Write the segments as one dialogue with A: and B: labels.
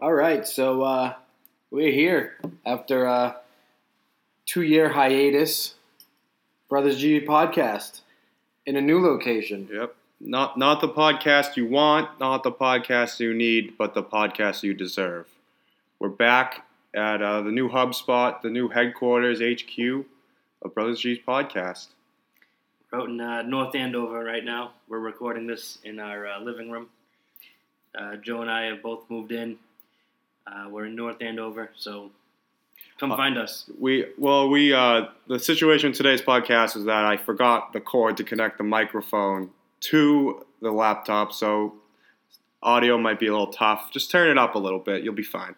A: All right, so uh, we're here after a two-year hiatus. Brothers G podcast in a new location.
B: Yep. Not not the podcast you want, not the podcast you need, but the podcast you deserve. We're back at uh, the new hub spot, the new headquarters HQ of Brothers G's podcast.
C: We're out in uh, North Andover right now. We're recording this in our uh, living room. Uh, Joe and I have both moved in. Uh, we're in North Andover, so come
B: Uh,
C: find us.
B: We well we uh, the situation in today's podcast is that I forgot the cord to connect the microphone to the laptop, so audio might be a little tough. Just turn it up a little bit, you'll be fine.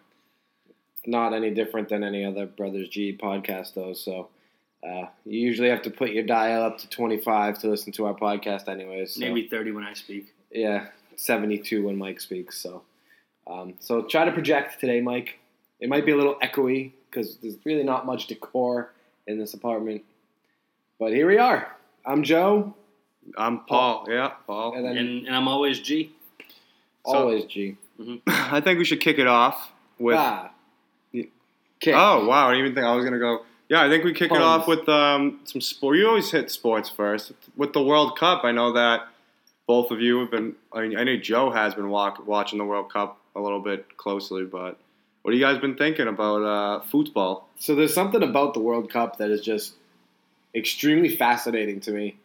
A: Not any different than any other Brothers G podcast, though. So uh, you usually have to put your dial up to 25 to listen to our podcast, anyways. so-
C: Maybe 30 when I speak.
A: Yeah, 72 when Mike speaks. So, um, so try to project today, Mike. It might be a little echoey because there's really not much decor in this apartment. But here we are. I'm Joe,
B: I'm Paul. Yeah, Paul.
A: Oh. and then
C: And, and I'm always G.
B: so-
A: always G.
B: I think we should kick it off with.
A: ah. Kick.
B: Oh wow! I didn't even think I was gonna go. Yeah, I think we kick it
A: Puns.
B: off with um, some sport. You always hit sports first with the World Cup. I know that both of you have been. I mean, I know Joe has been walk, watching the World Cup a little bit closely, but what have you guys been thinking about uh, football?
A: So there's something about the World Cup that is just extremely fascinating to me.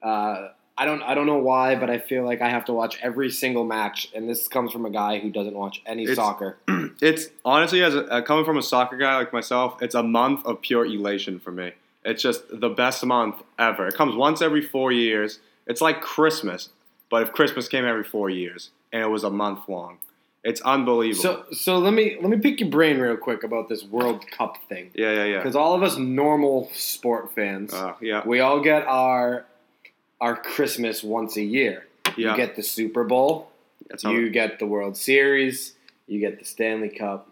A: Uh, I don't I don't know why, but I feel like I have to watch every single match, and this comes from a guy who doesn't watch any
B: It's-
A: soccer.
B: It's honestly, as a, uh, coming from a soccer guy like myself, it's a month of pure elation for me. It's just the best month ever. It comes once every four years. It's like Christmas, but if Christmas came every four years and it was a month long, it's unbelievable.
A: So so let me let me pick your brain real quick about this World Cup thing
B: yeah, yeah, yeah.
A: because all of us normal sport fans,
B: Uh, yeah,
A: we all get our our Christmas once a year.
B: yeah.
A: You get the Super Bowl.
B: that's how-
A: You get the World Series, you get the Stanley Cup,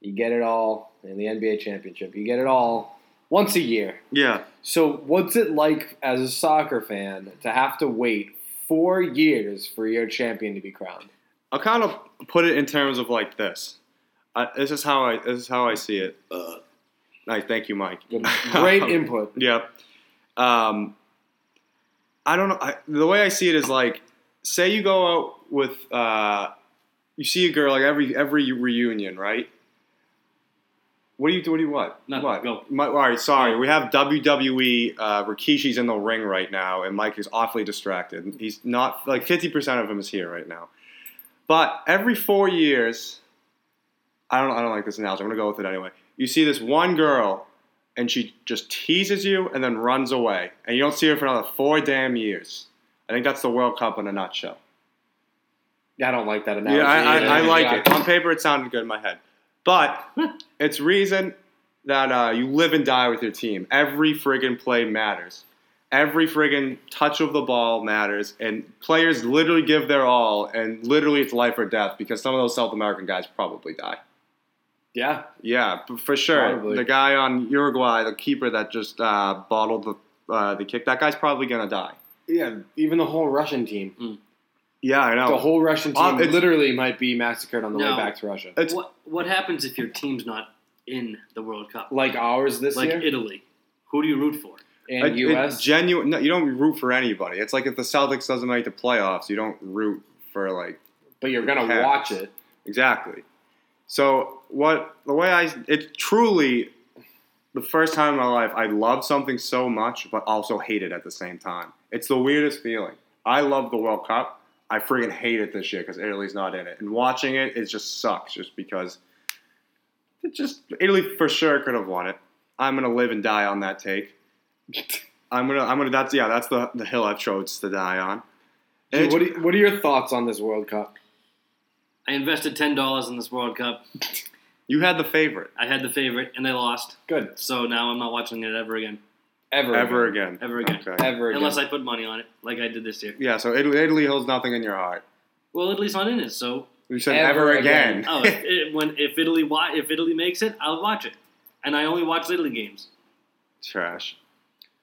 A: you get it all, and the NBA championship. You get it all once a year.
B: yeah,
A: So, what's it like as a soccer fan to have to wait four years for your champion to be crowned?
B: I'll kind of put it in terms of like this. I, this is how I this is how I see it.
A: Uh.
B: Nice, thank you, Mike.
A: Great input.
B: Yep. Um, I don't know. I, the way I see it is like, say you go out with, uh, you see a girl like every every reunion, right? What do you do? What do you what?
C: Nothing.
B: What?
C: Go.
B: Mi- all right, sorry. We have WWE. Uh, Rikishi's in the ring right now, and Mike is awfully distracted. He's not like fifty percent of him is here right now. But every four years, I don't. I don't like this analogy. I'm gonna go with it anyway. You see this one girl, and she just teases you, and then runs away, and you don't see her for another four damn years. I think that's the World Cup in a nutshell.
A: I don't like that analogy.
B: Yeah, I, I, I
A: Yeah.
B: like it. On paper, it sounded good in my head, but it's reason that uh, you live and die with your team. Every friggin' play matters. Every friggin' touch of the ball matters, and players literally give their all, and literally it's life or death because some of those South American guys probably die.
A: Yeah.
B: Yeah, p- for sure.
A: Probably.
B: The guy on Uruguay, the keeper that just uh, bottled the uh, the kick, that guy's probably gonna die.
A: Yeah. Even the whole Russian team.
B: Yeah, I know.
A: The whole Russian team
B: Uh, it's-
A: literally might be massacred on the way
C: No.
A: back to Russia.
B: It's-
C: What, what happens if your team's not in the World Cup?
A: Like ours this
C: Like
A: year
C: Italy. Who do you root for?
A: and
B: It- it
A: US.
B: genuine. No, you don't root for anybody. It's like if the Celtics doesn't make the playoffs, you don't root for like
A: but you're going to
B: Cats.
A: watch it.
B: exactly. So what the way I it's truly the first time in my life I love something so much, but also hate it at the same time. It's the weirdest feeling. I love the World Cup. I freaking hate it this year because Italy's not in it, and watching it it just sucks. Just because it just Italy for sure could have won it. I'm gonna live and die on that take. I'm gonna I'm gonna that's yeah that's the the hill I've chose to die on. And
A: Dude,
B: it's-
A: what, are, what are your thoughts on this World Cup?
C: I invested $10 in this World Cup.
B: you had the favorite
C: I had the favorite, and they lost.
A: Good.
C: So now I'm not watching it ever again.
A: Ever.
B: ever again.
C: Ever again.
B: Okay.
A: Ever again.
C: Unless I put money on it, like I did this year.
B: Yeah, so Italy, Italy holds nothing in your heart.
C: Well, at least not in it. So,
B: You said
A: Ever
B: ever, again.
C: oh, if, it, when if Italy wa- if Italy makes it, I'll watch it. And I only watch Italy games.
B: Trash.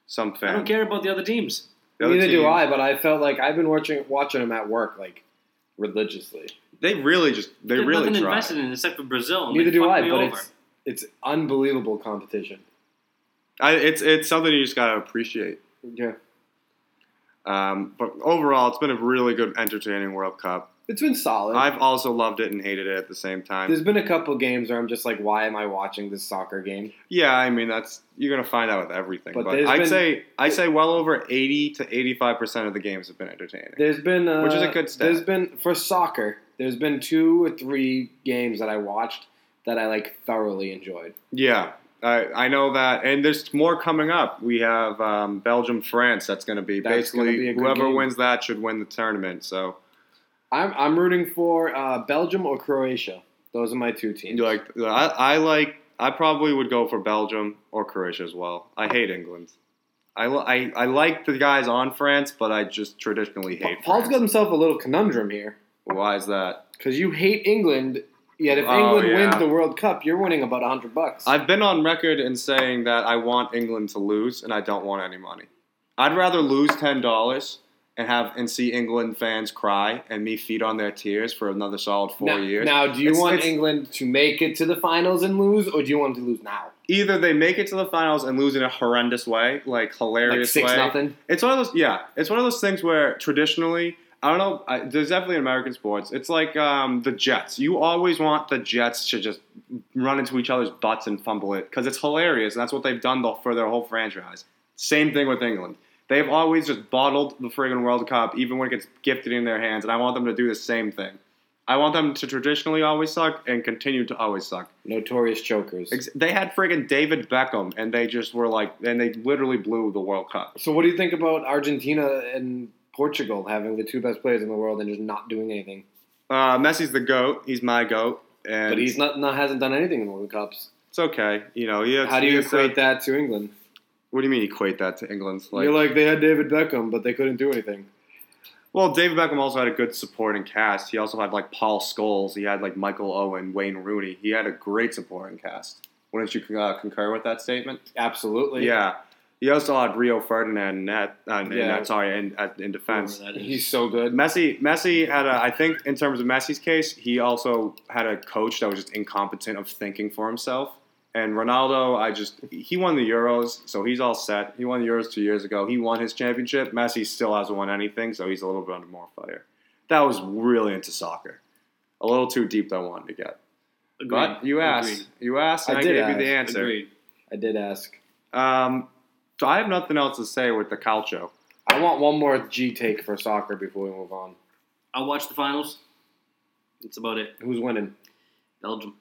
B: Some fan.
C: I don't care about the other teams.
B: The other
A: Neither do
B: team-
A: I, but I felt like I've been watching watching them at work like religiously.
B: They really just they
C: There's
B: really
C: nothing
B: try.
C: invested in it except for Brazil. and
A: Neither
C: they
A: do
C: fucked
A: I,
C: me
A: but
C: over.
A: it's it's unbelievable competition.
B: I, it's it's something you just gotta appreciate.
A: Yeah,
B: Um, but overall, it's been a really good, entertaining World Cup.
A: it's been solid.
B: I've also loved it and hated it at the same time.
A: There's been a couple games where I'm just like, why am I watching this soccer game?
B: Yeah, I mean that's you're gonna find out with everything.
A: But
B: But,
A: there's
B: I'd
A: been-
B: say I would say well over eighty to eighty five percent of the games have been entertaining.
A: There's been uh,
B: Which is a good stat.
A: There's been for soccer. There's been two or three games that I watched that I like thoroughly enjoyed.
B: Yeah, I, I know that, and there's more coming up. We have um, Belgium France. That's going to be
A: That's gonna
B: basically
A: be a good
B: whoever
A: game.
B: wins that should win the tournament. So
A: I'm I'm rooting for uh, Belgium or Croatia. Those are my two teams.
B: you like I, I like I probably would go for Belgium or Croatia as well. I hate England. I, li- I, I like the guys on France, but I just traditionally
A: Pa-
B: hate.
A: Paul's got
B: France.
A: himself a little conundrum here
B: Why is that?
A: because you hate England, yet if
B: Oh,
A: England
B: yeah.
A: wins the World Cup, you're winning about hundred bucks.
B: I've been on record in saying that I want England to lose, and I don't want any money. I'd rather lose ten dollars and have and see England fans cry and me feed on their tears for another solid four
A: now,
B: years.
A: Now, do you
B: It's-
A: want
B: it's-
A: England to make it to the finals and lose, or do you want them to lose now,
B: Either they make it to the finals and lose in a horrendous way, like
A: like
B: hilarious
A: six
B: way.
A: nothing?
B: It's one of those, yeah. It's one of those things where traditionally, I don't know. I, there's definitely in American sports. It's like um, the Jets. You always want the Jets to just run into each other's butts and fumble it because it's hilarious, and that's what they've done the, for their whole franchise. Same thing with England. They've always just bottled the friggin' World Cup, even when it gets gifted in their hands, and I want them to do the same thing. I want them to traditionally always suck and continue to always suck.
A: Notorious chokers.
B: Ex- They had friggin' David Beckham, and they just were like, and they literally blew the World Cup.
A: So, what do you think about Argentina and Portugal having the two best players in the world and just not doing anything?
B: Uh, Messi's the goat. He's my goat, and
A: But he's not, not hasn't done anything in the World Cups.
B: it's okay. You know, yeah.
A: How do you equate that to England?
B: What do you mean equate that to England's? Like,
A: You're like they had David Beckham, but they couldn't do anything.
B: well, David Beckham also had a good supporting cast. He also had like Paul Scholes. He had like Michael Owen, Wayne Rooney. He had a great supporting cast. Wouldn't you uh, concur with that statement?
A: Absolutely.
B: yeah. He also had Rio Ferdinand in net. Uh, in
A: Yeah.
B: net sorry, in, at, in defense.
C: Whoever that is.
A: He's so good.
B: Messi, Messi had a. I think in terms of Messi's case, he also had a coach that was just incompetent of thinking for himself. And Ronaldo, I just he won the Euros, so he's all set. He won the Euros two years ago. He won his championship. Messi still hasn't won anything, so he's a little bit under more fire. That was really into soccer, a little too deep. That I wanted to get,
C: Agreed.
B: but you asked,
C: Agreed.
B: you asked, and
A: I
B: I,
A: did
B: gave
A: ask.
B: you the answer.
C: Agreed.
A: I did ask.
B: Um, so I have nothing else to say with the calcio.
A: I want one more G take for soccer before we move on.
C: I'll watch the finals. That's about it.
A: Who's winning?
C: Belgium.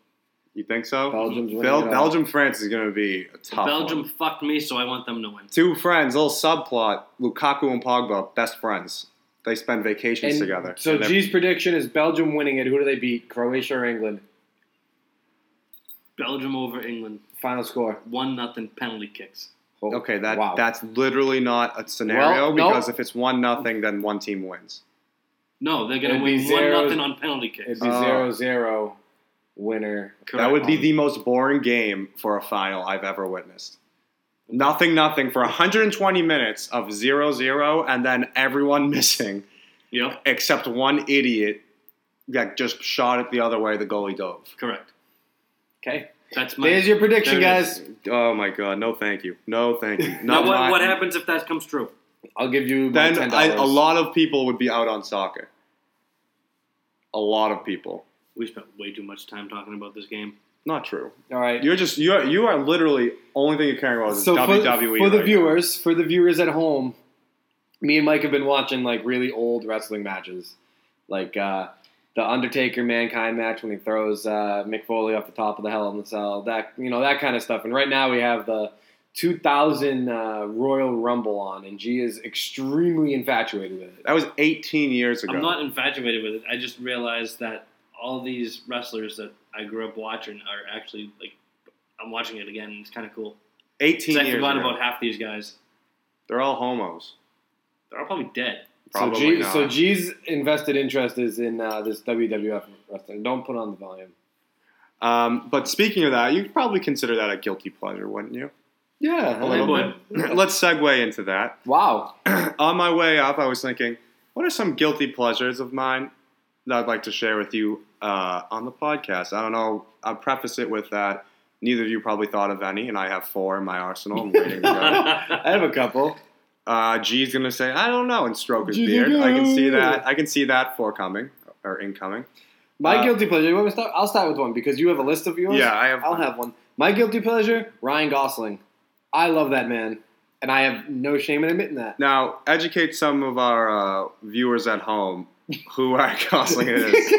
B: You think so?
A: Belgium's winning.
B: Bel-
A: it all.
B: Belgium France is going to be a tough
C: Belgium
B: one.
C: fucked me, so I want them to win.
B: Two friends, little subplot. Lukaku and Pogba, best friends. They spend vacations
A: And
B: together.
A: So
B: And they're-
A: G's prediction is Belgium winning it. Who do they beat? Croatia or England?
C: Belgium over England.
A: Final score.
C: One nothing penalty kicks.
A: Oh,
B: okay, that
A: wow.
B: that's literally not a scenario
A: Well, no.
B: because if it's one nothing, then one team wins.
C: No, they're gonna
A: It'd be
C: win one
A: zeros.
C: nothing on penalty kicks.
A: It'd be
B: Oh.
A: zero zero winner.
C: Correct.
B: That would
A: um,
B: be the most boring game for a final I've ever witnessed. Nothing, nothing for 120 minutes of 0-0 and then everyone missing
C: Yep.
B: except one idiot that just shot it the other way. The goalie dove.
C: Correct.
A: Okay.
C: That's my.
A: There's your prediction,
C: There it
A: guys.
C: is.
B: Oh my god, no thank you. No thank you.
C: now
B: Not
C: what,
B: my-
C: what happens if that comes true?
A: I'll give you my ten
B: Then I,
A: dollars.
B: a lot of people would be out on soccer. A lot of people.
C: We spent way too much time talking about this game.
B: Not true.
A: All right.
B: You're just you are you are literally only thing you're caring about is
A: so for,
B: WWE.
A: for the
B: E right
A: viewers, for the viewers at home, me and Mike have been watching like really old wrestling matches, like uh, the Undertaker Mankind match when he throws uh, Mick Foley off the top of the Hell in the Cell, that you know that kind of stuff. And right now we have the 2000 uh, Royal Rumble on, and G is extremely infatuated with it.
B: now. That was 18 years ago.
C: I'm not infatuated with it. I just realized that all these wrestlers that I grew up watching are actually like. I'm watching it again. It's kind of cool.
B: 18
C: 'Cause I
B: years
C: forgot
B: ago.
C: about half these guys.
B: They're all homos.
C: They're all probably dead.
B: Probably
A: so, G,
B: not.
A: so G's invested interest is in uh, this WWF wrestling. Don't put on the volume.
B: um, but speaking of that, you'd probably consider that a guilty pleasure, wouldn't you?
A: Yeah,
B: A
A: I
B: little
A: would.
B: bit. Let's segue into that.
A: Wow.
B: on my way up, I was thinking, what are some guilty pleasures of mine? that I'd like to share with you uh, on the podcast. I don't know. I'll preface it with that neither of you probably thought of any, and I have four in my arsenal. I'm waiting to go.
A: I have a couple.
B: Uh, G's gonna say, "I don't know," and stroke his
A: G's
B: beard. I can see
A: gonna-
B: that. I can see that forecoming or incoming.
A: My
B: Uh,
A: guilty pleasure. You want me to start? I'll start with one because you have a list of yours.
B: Yeah, I have.
A: I'll have one. My guilty pleasure: Ryan Gosling. I love that man, and I have no shame in admitting that.
B: Now, educate some of our uh, viewers at home who Ryan Gosling is.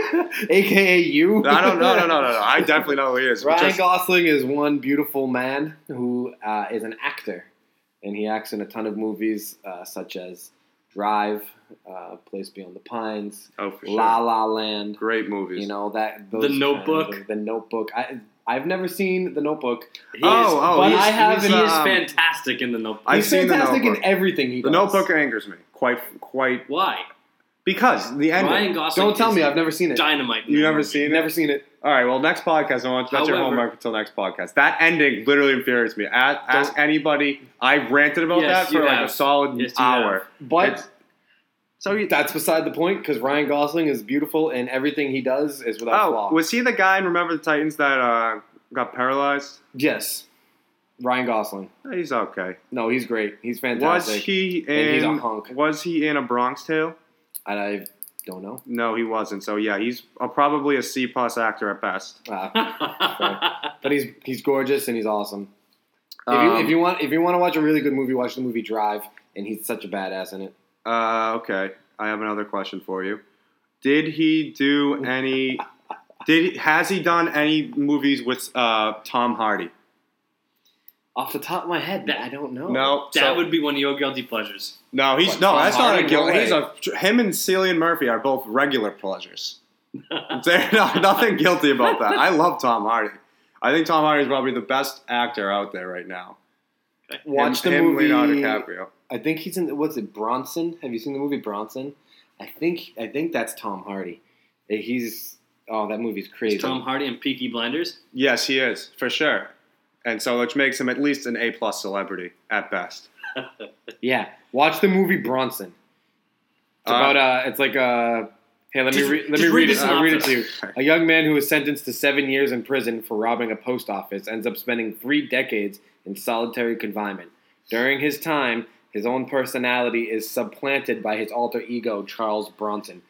A: AKA you.
B: I don't know. No, no, no, no. I definitely know who he is. but
A: Ryan
B: just-
A: Gosling is one beautiful man who uh, is an actor, and he acts in a ton of movies uh, such as Drive, uh, Place Beyond the Pines,
B: oh, for sure.
A: La La Land.
B: Great movies.
A: You know that those
C: The
A: kinds
C: Notebook.
A: of- the Notebook. I I've never seen The Notebook.
C: He
B: Oh,
C: is,
B: oh,
A: but
B: he's-
A: I have
B: he's,
A: an-
C: he is
B: um,
C: fantastic in the notebook.
B: I've
A: He's
B: seen The
A: fantastic in
B: Notebook.
A: everything he
B: The
A: does.
B: Notebook angers me quite, quite
C: Why?
B: because the ending.
C: Ryan Gosling.
A: Don't tell
C: is
A: me I've never seen it.
C: dynamite.
B: you never
C: never
B: seen it?
A: Never seen it.
B: All right. Well, next podcast. I want that's your
C: However-
B: homework until next podcast. That ending literally infuriates me. Ask, ask anybody. I ranted about
C: Yes,
B: that for
C: you
B: like
C: have.
B: a solid
C: Yes, you
B: hour.
A: But
B: It's-
A: so that's beside the point because Ryan Gosling is beautiful and everything he does is without
B: Oh,
A: flaw.
B: was he the guy in Remember the Titans that uh, got paralyzed?
A: yes, Ryan Gosling.
B: He's okay.
A: No, he's great. He's
B: Was
A: fantastic.
B: he
A: And he's a
B: in?
A: hunk.
B: Was he in a Bronx Tale?
A: And I don't know.
B: No, he wasn't. So yeah, he's a, probably a C plus actor at best.
A: Uh,
C: I've
A: but he's he's gorgeous and he's awesome. If
B: Um,
A: you, if you want if you want to watch a really good movie, watch the movie Drive, and he's such a badass in it.
B: Uh, okay, I have another question for you. Did he do any? did has he done any movies with uh, Tom Hardy?
A: Off the top of my head,
C: That-
A: I don't know.
B: No,
C: that
B: so-
C: would be one of your guilty pleasures.
B: no. He's
A: What,
B: no.
A: Oh. Tom
B: That's
A: Hardy?
B: not a guilt.
A: No
B: He's a him and Cillian Murphy are both regular pleasures. They're not, nothing guilty about that. I love Tom Hardy. I think Tom Hardy is probably the best actor out there right now.
A: watch
B: him,
A: the
B: him,
A: movie.
B: Leonardo DiCaprio.
A: I think he's in. What's it? Bronson. Have you seen the movie Bronson? I think I think that's Tom Hardy. Uh, He's oh that movie's crazy.
C: Is Tom Hardy and Peaky Blinders.
B: Yes, he is for sure. And so, which makes him at least an A plus celebrity at best.
A: yeah, watch the movie Bronson. It's
B: Uh,
A: about uh, it's like uh, hey, let
C: Just-
A: me re- let
C: just
A: me
C: read
A: read
C: the
A: it. I'll read it to you.
C: synopsis.
A: A young man who was sentenced to seven years in prison for robbing a post office ends up spending three decades in solitary confinement. During his time, his own personality is supplanted by his alter ego, Charles Bronson.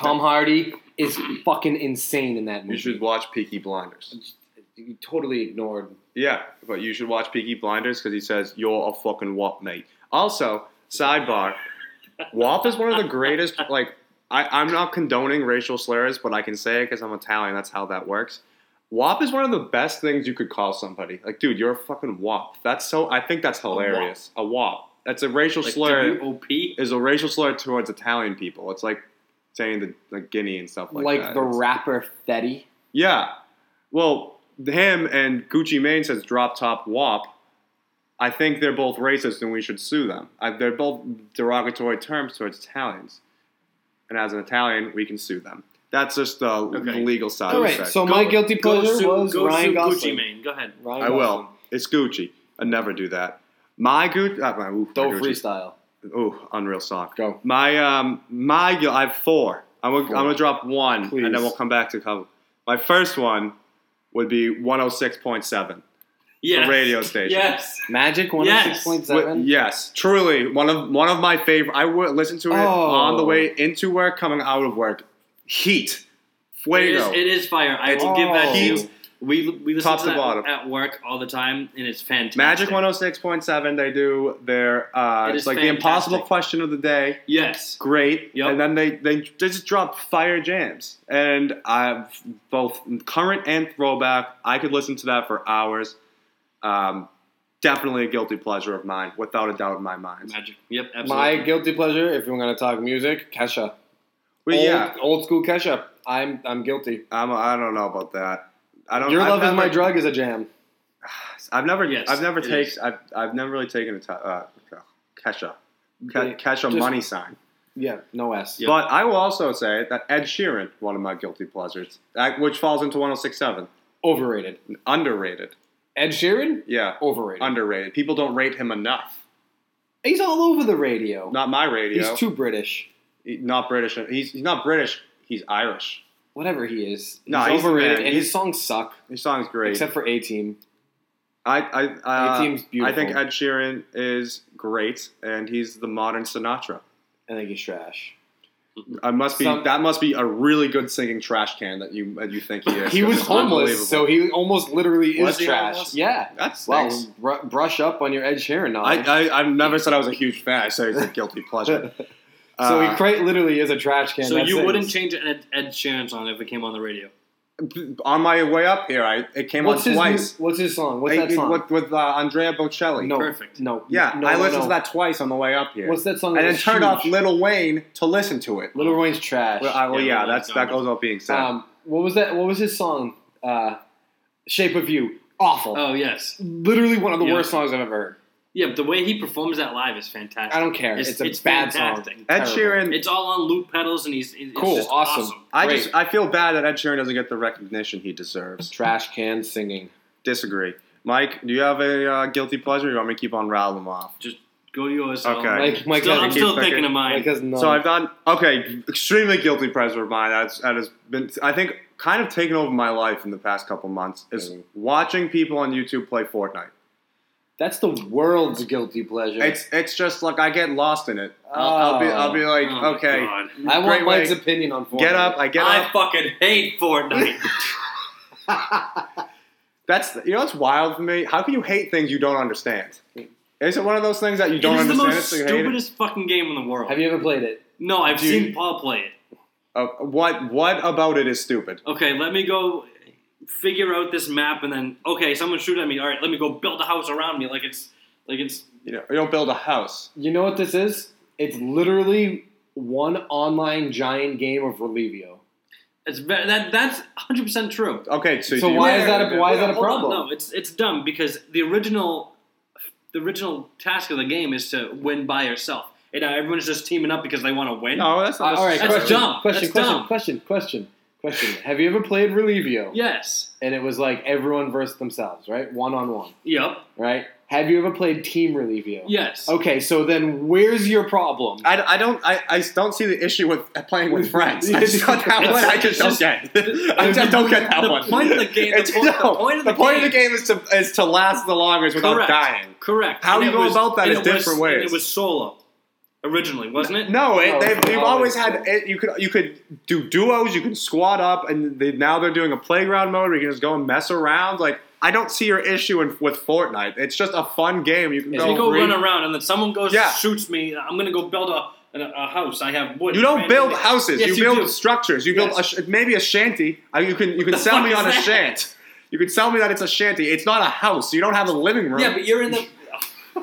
A: Tom Hardy is fucking insane in that movie.
B: You should watch Peaky Blinders.
A: You totally ignored.
B: Yeah, but you should watch Peaky Blinders because he says you're a fucking wop, mate. Also, sidebar, wop is one of the greatest. Like, I, I'm not condoning racial slurs, but I can say it because I'm Italian. That's how that works. Wop is one of the best things you could call somebody. Like, dude, you're a fucking wop. That's so. I think that's hilarious. A wop. That's a racial
C: Like
B: slur.
C: W O P.
B: Is a racial slur towards Italian people. It's like saying the like Guinea and stuff like,
A: Like,
B: that.
A: the
B: It's-
A: rapper Fetty.
B: Yeah. Well, him and Gucci Mane says drop top wop. I think they're both racist and we should sue them. I, they're both derogatory terms towards Italians. And as an Italian, we can sue them. That's just the
C: Okay.
B: legal side
A: All
B: of
A: right,
B: it.
A: so my guilty
C: Go
A: pleasure
C: sue,
A: was
C: go
A: Ryan
C: sue
A: Gosling.
C: Gucci Mane. Go ahead.
A: Ryan
B: I will.
A: Gosling.
B: It's Gucci. I never do that. My Gucci. Uh, my, ooh, my
A: Don't
B: Gucci.
A: freestyle.
B: Ooh, unreal sock.
A: Go.
B: My um, my gu- I have four. I'm gonna,
A: Four.
B: I'm gonna drop one, and
A: Please.
B: then we'll come back to cover. My first one would be 106.7,
C: Yes.
B: the radio station.
C: Yes.
A: Magic
C: Yes.
A: 106.7.
B: Wi- yes, truly one of one of my favorite. I would listen to it
A: Oh.
B: on the way into work, coming out of work. Heat,
C: It is,
B: fuego.
C: it is fire. I
B: It's-
C: will give that to
B: Heat.
C: you. We we listen
B: Top
C: to,
B: to
C: that
B: bottom.
C: at work all the time, and it's fantastic.
B: Magic 106.7. They do their uh,
C: It
B: it's
C: is
B: like the impossible
C: fantastic.
B: question of the day.
C: Yes.
B: great.
C: Yep.
B: And then they, they just drop fire jams. And I've both current and throwback. I could listen to that for hours. Um, definitely a guilty pleasure of mine, without a doubt in my mind.
C: Magic. Yep.
A: My
C: Absolutely.
A: guilty pleasure, if we're going to talk music, Kesha.
B: But
A: old,
B: yeah,
A: old school Kesha. I'm I'm guilty.
B: I'm, I don't know about that. I don't.
A: Your
B: Um, I've
A: love
B: never,
A: is my drug is a jam.
B: I've never.
C: Yes,
B: I've never
C: it is.
B: taken. I've, I've never really taken a t- uh, Kesha. Ke-
A: Yeah,
B: Kesha
A: just-
B: money sign.
A: Yeah, no S.
C: Yeah.
B: But I will also say that Ed Sheeran, one of my guilty pleasures, that- which falls into 106.7,
A: Overrated.
B: underrated.
A: Ed Sheeran,
B: Yeah.
A: overrated.
B: underrated. People don't rate him enough.
A: He's all over the radio.
B: Not my radio.
A: He's too British.
B: He- not British. He's, he's not British. He's Irish.
A: Whatever he is,
B: No,
A: he's
B: he's the
A: overrated,
B: man.
A: and his songs suck
B: His song's great.
A: except for A Team.
B: I, I,
A: A
B: uh,
A: Team's beautiful.
B: I think Ed Sheeran is great, and he's the modern Sinatra.
A: I think he's trash.
B: I must be
A: Some-
B: that must be a really good singing trash can that you that you think he is.
A: he was
B: It's
A: homeless,
B: unbelievable.
A: so he almost literally
B: Was
A: is
B: he
A: trash.
B: homeless?
A: Yeah.
B: that
A: Well,
B: stinks.
A: br- brush up on your Ed Sheeran knowledge.
B: I, I I've never said I was a huge fan. I said it's a guilty pleasure.
A: so he
B: Uh,
A: quite literally is a trash can.
C: So
A: that
C: you
A: sings.
C: wouldn't change an Ed, Ed Sheeran song if it came on the radio.
B: Uh, on my way up here, I it came
A: What's
B: on
A: his,
B: twice.
A: new- what's his song? What's
B: I-
A: that song?
B: With, with uh, Andrea Bocelli.
A: no,
C: Perfect.
A: No.
B: Yeah,
A: no,
B: I
A: no,
B: listened
A: no.
B: to that twice on the way up here,
A: What's that song?
B: and
A: that
B: then
A: was
B: turned off
A: huge?
B: Lil Wayne to listen to it.
A: Little Wayne's trash.
B: Well, I, well,
C: Yeah,
B: yeah,
C: Lil
B: that's
C: Wayne's
B: that
C: gone.
B: goes without being said.
A: um, what was that? What was his song? Uh, Shape of You. Awful.
C: Oh yes,
A: Literally one of the
C: Yeah.
A: worst songs I've ever heard.
C: yeah. But the way he performs that live is fantastic.
A: I don't care. It's,
C: It's-
A: a
C: it's
A: bad
C: fantastic.
A: song.
B: Ed
A: Terrible.
B: Sheeran.
C: It's all on loop pedals, and he's it's
A: Cool,
C: just
A: awesome.
B: I
A: Great.
B: just I feel bad that Ed Sheeran doesn't get the recognition he deserves.
A: Trash can singing.
B: Disagree. Mike, do you have a uh, guilty pleasure? Or you want me to keep on rattling them off?
C: Go to yours. Al.
B: Okay.
A: Mike, Mike
C: Still,
A: has-
C: I'm
B: keep
C: still
B: thinking.
C: thinking of mine.
A: Mike has none.
B: So I've done okay. Extremely guilty pleasure of mine. That's that has been I think kind of taken over my life in the past couple months is
A: Mhm.
B: watching people on YouTube play Fortnite.
A: That's the world's guilty pleasure.
B: It's it's just like I get lost in it. I'll, I'll be I'll be like
C: Oh my
B: okay,
C: God.
A: I want
B: great way.
A: Mike's opinion on Fortnite.
B: get up. I get
C: I
B: up.
C: fucking hate Fortnite.
B: That's you know what's wild for me. How can you hate things you don't understand? Is it one of those things that you don't
C: Mm. it is the
B: understand?
C: most
B: so you hate it?
C: stupidest fucking game in the world.
A: Have you ever played it?
C: no, I've
B: Dude.
C: seen Paul play it.
B: Uh, what what about it is stupid?
C: Okay, let me go figure out this map, and then okay, someone shoot at me. All right, let me go build a house around me, like it's like it's
B: You know, you don't build a house.
A: You know what this is? It's literally one online giant game of Relivio.
C: it's ve- that that's 100 percent true.
B: Okay, so,
A: So
B: do you-
A: why is that a- why is that a-
C: Hold on,
A: problem?
C: no, it's it's dumb because the original the original task of the game is to win by yourself, and now everyone's just teaming up because they want to win.
B: No, oh, that's not.
A: all right,
C: That's
B: necessary.
A: question,
C: dumb.
A: question,
C: That's
A: question, question,
C: dumb.
A: question, question. Have you ever played Relivio?
C: Yes.
A: And it was like everyone versus themselves, right? One on one,
C: Yep.
A: right? Have you ever played Team Relivio?
C: Yes.
A: Okay, so then where's your problem?
B: I, I don't I, I don't see the issue with playing with friends. I just don't, that one I just don't get. I just don't get that
C: The
B: one.
C: point of the game- the
B: It's-
C: point- the point of the
B: game is to is to last the longest without
C: Correct.
B: dying.
C: Correct.
B: How you
C: it
B: go about that is
C: and it
B: different
C: was,
B: ways.
C: and it was solo originally, wasn't it?
B: No, it,
A: No,
B: they've,
A: it's
C: oh,
B: they've
A: always
B: always had
A: been.
B: it, you could you could do duos, you can squad up, and they, now they're doing a playground mode where you can just go and mess around. Like I don't see your issue in, with Fortnite. It's just a fun game. You can
C: If you go
B: go. re-
C: run around and then someone goes
B: Yeah.
C: shoots me, I'm gonna go build a, an- a house. I have wood.
B: you don't
C: Brand
B: build
C: new-
B: houses.
C: Yes,
B: you
C: you
B: build
C: do.
B: structures. You build a,
C: Yes.
B: sh- maybe a shanty. Uh, You can you can
C: The
B: sell me
C: fuck
B: on a
C: is that?
B: shant. You can sell me that it's a shanty. It's not a house. You don't have a living room.
C: Yeah, but you're in the.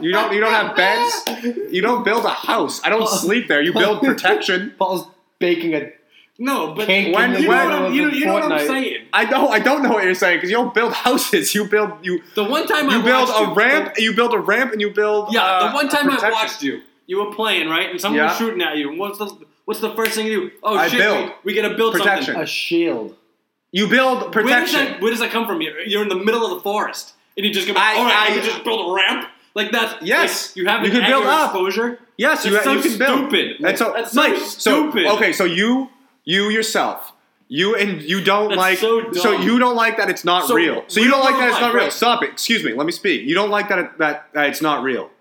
B: you don't you don't have beds. You don't build a house. I don't sleep there. You build protection.
A: Paul's baking a
C: No, but
A: cake
B: When-
A: in the
C: you, know
B: when-
C: what,
A: middle
C: I'm,
A: of
C: you, know,
A: the
C: you know what I'm
A: Fortnite.
C: saying.
B: I know I don't know what you're saying because you don't build houses. You build you
C: The one time I
B: you build
C: watched
B: a
C: you-
B: ramp. You build a ramp, and you build.
C: Yeah,
B: uh,
C: the one time
B: a
C: I
B: protection.
C: watched you, you were playing right, and someone was
B: Yeah.
C: shooting at you. And what's the what's the first thing you do? Oh
B: I
C: shit,
B: build.
C: We, we gotta build
B: Protection.
C: something.
A: A shield.
B: you build
C: Where does
B: protection.
C: that where does that come from? You're, you're in the middle of the forest, and you just go.
B: I-
C: All right, I,
B: I-
C: can just build a ramp. Like that.
B: Yes.
C: like, you have.
B: You
C: an
B: can build
C: accurate
B: up.
C: exposure.
B: yes, you,
C: That's
B: you
C: so
B: can build.
C: stupid.
B: That's so,
C: That's so
B: Mike,
C: stupid.
B: So, okay, so you you yourself. You and you don't
C: That's
B: like
C: so dumb.
B: you don't like that it's not
C: So
B: real. So
C: we
B: you don't
C: don't
B: like that it's
C: like,
B: not real.
C: right?
B: Stop it. Excuse me. Let me speak. You don't like that it, that, that it's not real.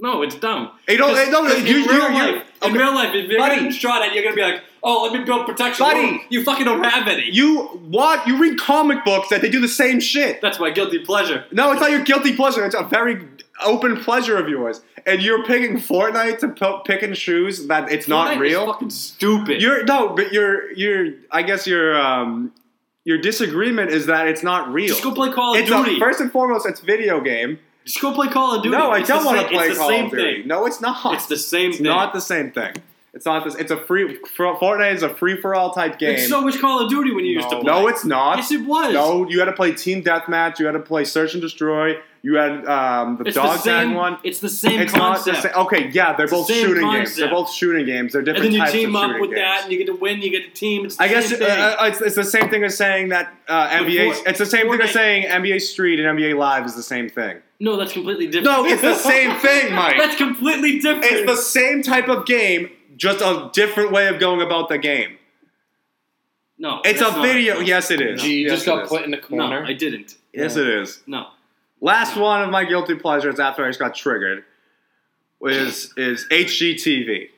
C: No, it's dumb.
B: It don't- it don't-
C: 'Cause in
B: you-
C: real
B: you- you-
C: life, in
B: okay.
C: real life, if you're
B: Buddy.
C: getting shot at, you're gonna be like, "Oh, let me build protection."
B: Buddy.
C: You- you fucking don't have any.
B: You what? You read comic books that they do the same shit.
C: That's my guilty pleasure.
B: No, it's not your guilty pleasure. It's a very open pleasure of yours, and you're picking Fortnite to p- pick and choose that it's
C: Fortnite
B: not
C: is
B: real.
C: fucking stupid.
B: You're no, but your your I guess your um your disagreement is that it's not real.
C: just go play Call of
B: it's a-
C: Duty.
B: first and foremost, it's video game.
C: just go play Call of Duty.
B: No, I
C: It's
B: don't
C: the
B: want to
C: same-
B: play
C: it's
B: Call
C: the same
B: of Duty.
C: Thing.
B: No, it's not.
C: It's the same
B: It's
C: thing.
B: not the same thing. It's not this. It's a free for- Fortnite is a free for all type game.
C: It's so much Call of Duty when you used to play.
B: no, it's not.
C: yes, it was.
B: no, you had to play team deathmatch. You had to play search and destroy. You had um, the
C: it's
B: dog
C: the same
B: tag one.
C: It's the same
B: It's
C: concept.
B: not the same. Okay, yeah, they're
C: the
B: both
C: same
B: shooting games.
C: concept.
B: They're both shooting games. They're
C: and
B: different
C: then you
B: types
C: team
B: of
C: up
B: shooting
C: with
B: games.
C: that, and you get to win. You get a team. It's the
B: I guess
C: same
B: uh,
C: thing.
B: uh, it's, it's the same thing as saying that uh, NBA.
C: Fortnite-
B: It's the same thing as
C: Fortnite-
B: saying NBA Street and NBA Live is the same thing.
C: no, that's completely different.
B: No, it's the same thing, Mike.
C: that's completely different.
B: It's the same type of game, just a different way of going about the game.
C: No,
B: It's
C: that's
B: a
C: not-
B: video.
C: no.
B: Yes, it is.
A: Gee, you
B: Yes,
A: just
B: it
A: got
B: is.
A: put in a
C: No,
A: corner.
C: I didn't.
B: Yes, it is.
C: No,
B: Last one of my guilty pleasures after I just got triggered is is HGTV.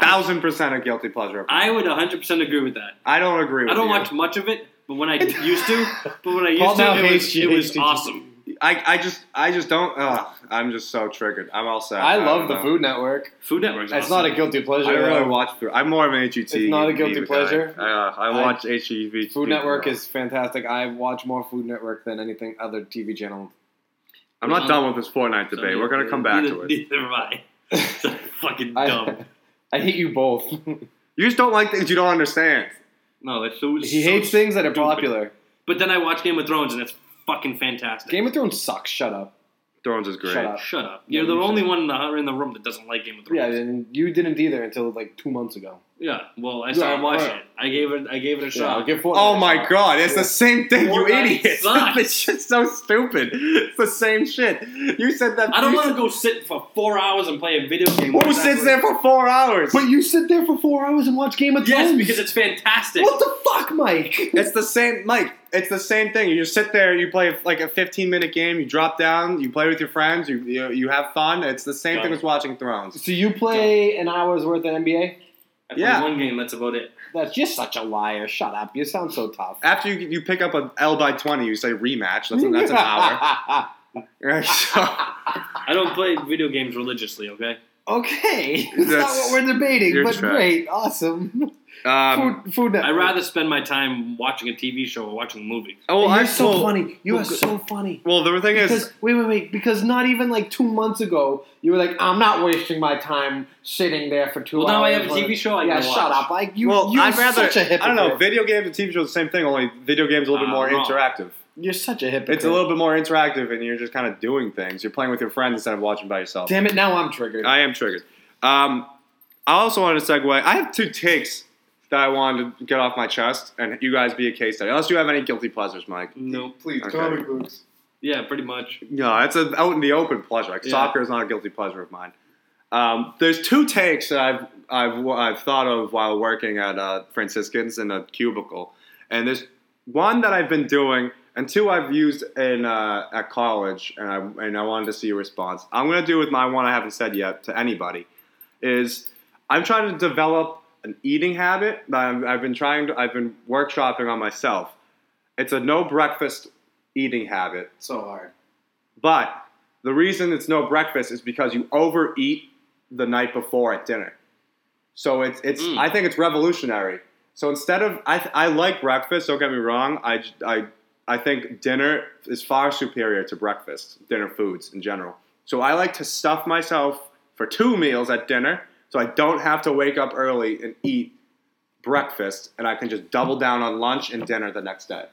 B: Thousand percent a guilty pleasure.
C: I would 100 percent agree with that.
B: I don't agree with
C: I don't
B: you.
C: watch much of it, but when I used to, but when I
A: Paul
C: used
A: now
C: to, it
A: hates
C: was,
A: you-
C: it was
A: hates you.
C: awesome.
B: I, I just I just don't. Ugh, I'm just so triggered. I'm all set.
A: I
B: don't
A: love the
B: know.
A: Food Network.
C: Food Network's
A: It's not
C: awesome.
A: a guilty pleasure.
B: I don't
A: though.
B: really watch through. I'm more of an HGTV.
A: It's not a guilty
B: guy.
A: pleasure.
B: Uh, I
A: I-
B: watch HGTV.
A: Food Network is fantastic. I watch more Food Network than anything other TV channel.
B: I'm not done with this Fortnite
C: So
B: debate.
C: neither-
B: We're gonna come back
C: neither-
B: to it.
C: Neither am I. So fucking dumb.
A: I, I hate you both.
B: You just don't like things you don't understand.
C: No, it's so.
A: he
C: so
A: hates things that are
C: stupid.
A: popular.
C: But then I watch Game of Thrones, and it's fucking fantastic.
A: Game of Thrones sucks. Shut up.
B: Thrones is great.
A: Shut up.
C: Shut up!
A: Yeah,
C: You're the
A: you
C: only
A: should.
C: one in the in the room that doesn't like Game of
A: Yeah,
C: Thrones.
A: and you didn't either until like two months ago.
C: Yeah, Well, I
A: Yeah,
C: started
A: I'm
C: watching
A: alright.
C: it. I gave it. I gave it a
A: Yeah, I'll
C: shot.
A: give Fortnite
B: Oh
A: a
B: my
A: shot.
B: god, it's the same thing, you
C: Fortnite
B: idiot.
C: sucks.
B: It's just so stupid. It's the same shit. You said that.
C: I don't
B: you
C: want to
B: said-
C: go sit for four hours and play a video game.
B: Who
C: That's
B: sits
C: what-
B: there for four hours?
A: But you sit there for four hours and watch Game of Thrones.
C: Yes, because it's fantastic.
A: what the fuck, Mike?
B: It's the same, Mike. It's the same thing. You just sit there, you play like a 15 minute game, you drop down, you play with your friends, you you, you have fun. It's the same
C: Got
B: thing
C: it.
B: as watching Thrones.
A: So you play an hour's worth of NBA?
C: I played
B: Yeah.
C: one game. That's about it.
A: That's just such a liar. Shut up. You sound so tough.
B: After you, you pick up an L by 20, you say rematch. That's, that's an hour. Right, so,
C: I don't play video games religiously. Okay.
A: okay, it's not
B: That's-
A: what we're debating,
B: you're
A: but
B: trash.
A: great, awesome.
B: um,
A: food, food
C: I
A: Network.
C: rather spend my time watching a TV show or watching a movie.
B: oh,
A: You're
B: I-
A: so
B: well,
A: funny. You
B: well,
A: are so funny.
B: Well, the thing is,
A: Because wait, wait, wait. Because not even like two months ago, you were like, "I'm not wasting my time sitting there for two
C: Well,
A: hours."
C: now I have a TV show I
A: yeah,
C: can
A: shut
C: watch.
A: up. Like you,
B: well,
A: you're
B: I'd rather.
A: such a hypocrite.
B: I don't know. Video games and TV shows are the same thing. Only video games a little bit
C: Uh,
B: more
C: wrong.
B: interactive.
A: You're such a hypocrite.
B: It's a little bit more interactive, and you're just kind of doing things. You're playing with your friends instead of watching by yourself.
A: Damn it! Now I'm triggered.
B: I am triggered. Um, I also wanted to segue. I have two takes that I wanted to get off my chest, and you guys be a case study. Unless you have any guilty pleasures, Mike.
C: No.
A: Please,
B: Okay. comic
A: books.
C: Yeah, pretty much.
B: No, that's a, out in the open pleasure. Like,
C: Yeah.
B: Soccer is not a guilty pleasure of mine. Um, there's two takes that I've, I've, I've thought of while working at uh, Franciscans in a cubicle. And there's one that I've been doing, and two I've used in, uh, at college, and I, and I wanted to see a response. I'm going to do with my one I haven't said yet to anybody is I'm trying to develop an eating habit that I'm, I've been trying to, I've been workshopping on myself. It's a no breakfast eating habit.
A: So hard.
B: But the reason it's no breakfast is because you overeat the night before at dinner. So it's it's
C: Mm.
B: I think it's revolutionary. So instead of I th- I like breakfast. Don't get me wrong. I j- I I think dinner is far superior to breakfast dinner foods in general. So I like to stuff myself for two meals at dinner, so I don't have to wake up early and eat breakfast, and I can just double down on lunch and dinner the next day.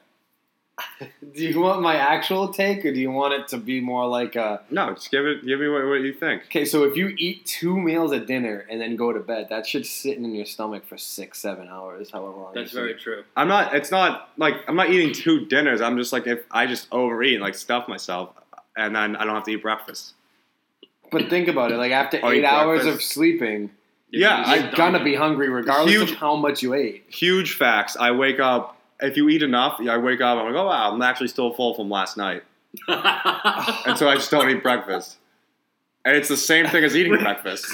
A: Do you want my actual take, or do you want it to be more like a?
B: No, just give it. Give me what, what you think.
A: Okay, so if you eat two meals at dinner and then go to bed, that shit's sitting in your stomach for six, seven hours, however long.
C: That's
A: you sleep.
C: very true.
B: I'm not. It's not like I'm not eating two dinners. I'm just like if I just overeat, like stuff myself, and then I don't have to eat breakfast.
A: But think about it. Like after
B: Or eat
A: eight hours
B: breakfast.
A: of sleeping,
B: Yeah,
C: It's
B: I-
A: you're
C: dumb.
A: gonna be hungry regardless
B: Huge-
A: of how much you ate.
B: Huge facts. I wake up. If you eat enough, I wake up. I'm like, oh wow, I'm actually still full from last night, and so I just don't eat breakfast. And it's the same thing as eating breakfast.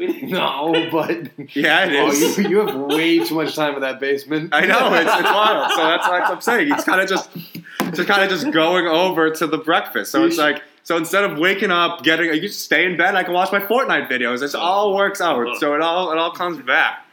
A: No, but
B: Yeah, it
A: oh,
B: is.
A: you, you have way too much time in that basement.
B: I know it's, it's wild. So that's what I'm saying. It's kind of just, it's kind of just going over to the breakfast. So it's like, so instead of waking up, getting, you just stay in bed. I can watch my Fortnite videos. It's all works out. So it all, it all comes back.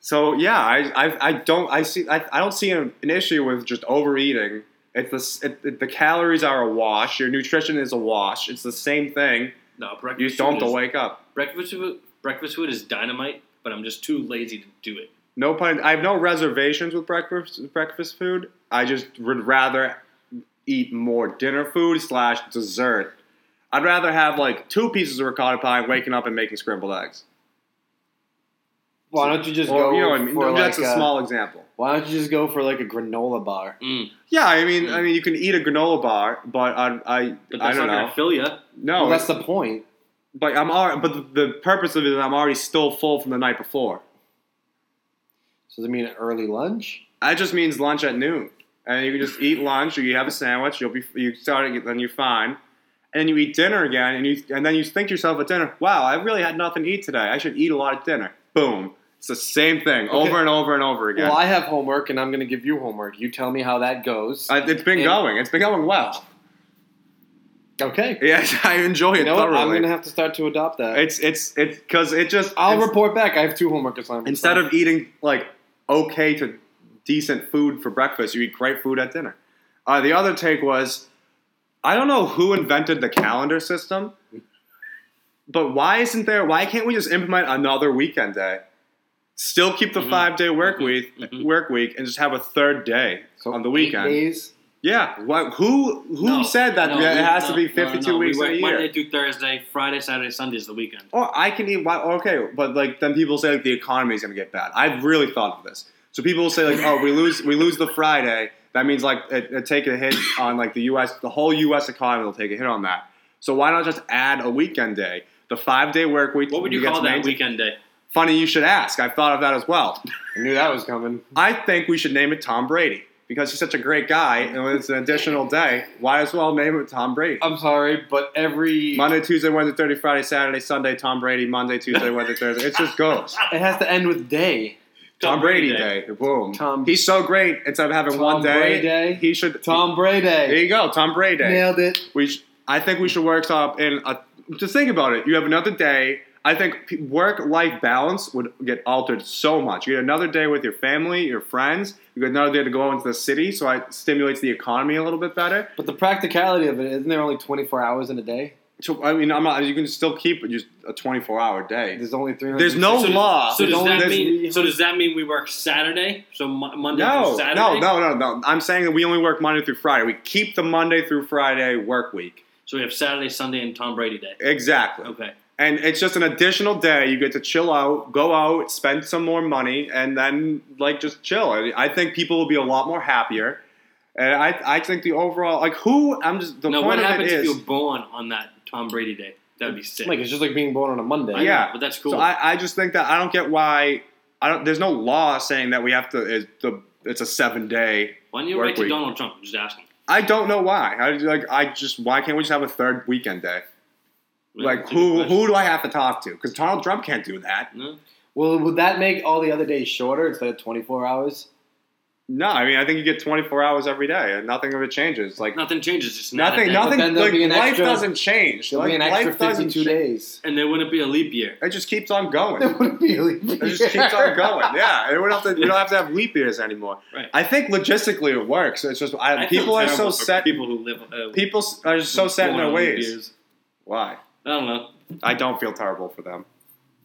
B: So yeah, I, I, I don't, I see, I, I don't see an, an issue with just overeating. It's the, s- it, it- the calories are a wash. Your nutrition is a wash. It's the same thing.
C: no, breakfast
B: You just don't have
C: food
B: to
C: is-
B: wake up.
C: Breakfast food, breakfast food is dynamite, but I'm just too lazy to do it.
B: No pun. I have no reservations with breakfast breakfast food. I just would rather eat more dinner food slash dessert. I'd rather have like two pieces of ricotta pie, and waking up and making scrambled eggs.
A: Why don't you just
B: Or,
A: go
B: you know, what I mean?
A: for
B: that's
A: like uh,
B: a
A: a-
B: small example.
A: Why don't you just go for like a granola bar?
C: Mm,
B: Yeah, I mean, I mean, you can eat a granola bar, but I, I,
C: but
B: I
C: that's
B: don't
C: not
B: know.
C: gonna fill you.
B: No,
A: well, that's
B: Oh, it's-
A: the point.
B: but I'm already, but the, the purpose of it is I'm already still full from the night before.
A: So does it mean an early lunch?
B: That just means lunch at noon, and you can just eat lunch, or you have a sandwich. You'll be you start it, then you're fine, and then you eat dinner again, and you and then you think to yourself at dinner, wow, I really had nothing to eat today. I should eat a lot at dinner. Boom. It's the same thing
A: Okay.
B: over and over and over again.
A: Well, I have homework, and I'm going to give you homework. You tell me how that goes.
B: Uh, it's been
A: And-
B: going. It's been going well.
A: okay.
B: Yes, I enjoy it
A: You know what?
B: thoroughly.
A: I'm going to have to start to adopt that.
B: it's it's it's because it just
A: I'll
B: it's-
A: report back. I have two homework assignments.
B: instead of eating like okay to decent food for breakfast, you eat great food at dinner. Uh, the other take was, I don't know who invented the calendar system, but why isn't there? Why can't we just implement another weekend day? Still keep the
C: Mhm.
B: five day work
C: Mhm.
B: week,
C: Mhm.
B: work week, and just have a third day
A: So
B: on the
A: eight
B: weekend.
A: days.
B: Yeah, why, who who
C: No,
B: said that
C: no,
B: it
C: we-
B: has to
C: no,
B: be
C: no, no,
B: fifty two
C: no. We
B: weeks in
C: work
B: a year?
C: Monday through Thursday, Friday, Saturday, Sunday is the weekend.
B: Or Oh, I can eat. Why, okay, but like then people say like the economy is going to get bad. I've really thought of this. So people will say like, oh, we lose we lose the Friday. That means like it, it take a hit on like the U.S. The whole U.S. economy will take a hit on that. So why not just add a weekend day, the five day work week?
C: What would you
B: gets
C: call that
B: maintained-
C: weekend day?
B: Funny you should ask. I thought of that as well.
A: I knew that was coming.
B: I think we should name it Tom Brady because he's such a great guy, and when it's an additional day, why as well name it Tom Brady.
C: Oh,
A: I'm sorry, but every
B: Monday, Tuesday, Wednesday, Thursday, Friday, Saturday, Sunday, Tom Brady. Monday, Tuesday, Wednesday, Thursday. It just goes.
A: it has to end with day.
B: Tom Brady Day. Boom.
A: Tom-
B: He's so great. Instead of having
A: Tom
B: one day,
A: Brady Day.
B: he should.
A: Tom Brady.
B: There you go. Tom Brady Day.
A: Nailed it.
B: We. Sh- I think we should work up in. A, just think about it. You have another day. I think p- work-life balance would get altered so much. You get another day with your family, your friends. You get another day to go into the city, so it stimulates the economy a little bit better.
A: But the practicality of it isn't there only 24 hours in a day?
B: So, I mean, I'm not. You can still keep it just a 24-hour day.
A: There's only 300.
B: There's no
C: So does-
B: law.
C: Oh, So
A: There's
C: does
A: only-
C: that
B: there's-
C: mean? So does that mean we work Saturday? So Mo- Monday
B: No,
C: through Saturday.
B: no, no, no, no. I'm saying that we only work Monday through Friday. We keep the Monday through Friday work week.
C: So we have Saturday, Sunday, and Tom Brady Day.
B: Exactly.
C: Okay.
B: And it's just an additional day. You get to chill out, go out, spend some more money, and then like just chill. I I think people will be a lot more happier. And I, I think the overall like who I'm just the
C: now,
B: point
C: what
B: of it
C: happens if
B: is
C: you're born on that Tom Brady Day? That'd be sick.
A: Like, it's just like being born on a Monday.
C: I know,
B: yeah.
C: but that's cool.
B: So I, I just think that I don't get why I don't. There's no law saying that we have to. Is the it's a seven day
C: Why don't you
B: Work
C: write to
B: week.
C: Donald Trump? Just ask him.
B: I don't know why. I like I just why can't we just have a third weekend day? Like
C: That's a good
B: who
C: question.
B: who do I have to talk to? Because Donald Trump can't do that.
C: No?
A: Well, would that make all the other days shorter instead of 24 hours?
B: No, I mean I think you get 24 hours every day and nothing of it changes. Like
C: Nothing changes. Just not a
B: nothing,
C: day.
B: nothing.
A: then there'll
B: Like
A: be an
B: life
A: extra-
B: doesn't change.
A: There'll
B: like,
A: be an extra
B: life doesn't
A: 52
B: cha-
A: days.
C: And there wouldn't be a leap year.
B: It just keeps on going.
A: There wouldn't be a leap
B: It just keeps on
A: year.
B: going. Yeah, and we don't have to. We don't have to have leap years anymore.
C: Right.
B: I think logistically it works. It's just I,
C: I feel
B: people are so
C: terrible for
B: set.
C: People who live. Uh,
B: People s- are just so
C: who
B: set in
C: born
B: their
C: on leap
B: ways.
C: years.
B: Why?
C: I don't know.
B: I don't feel terrible for them.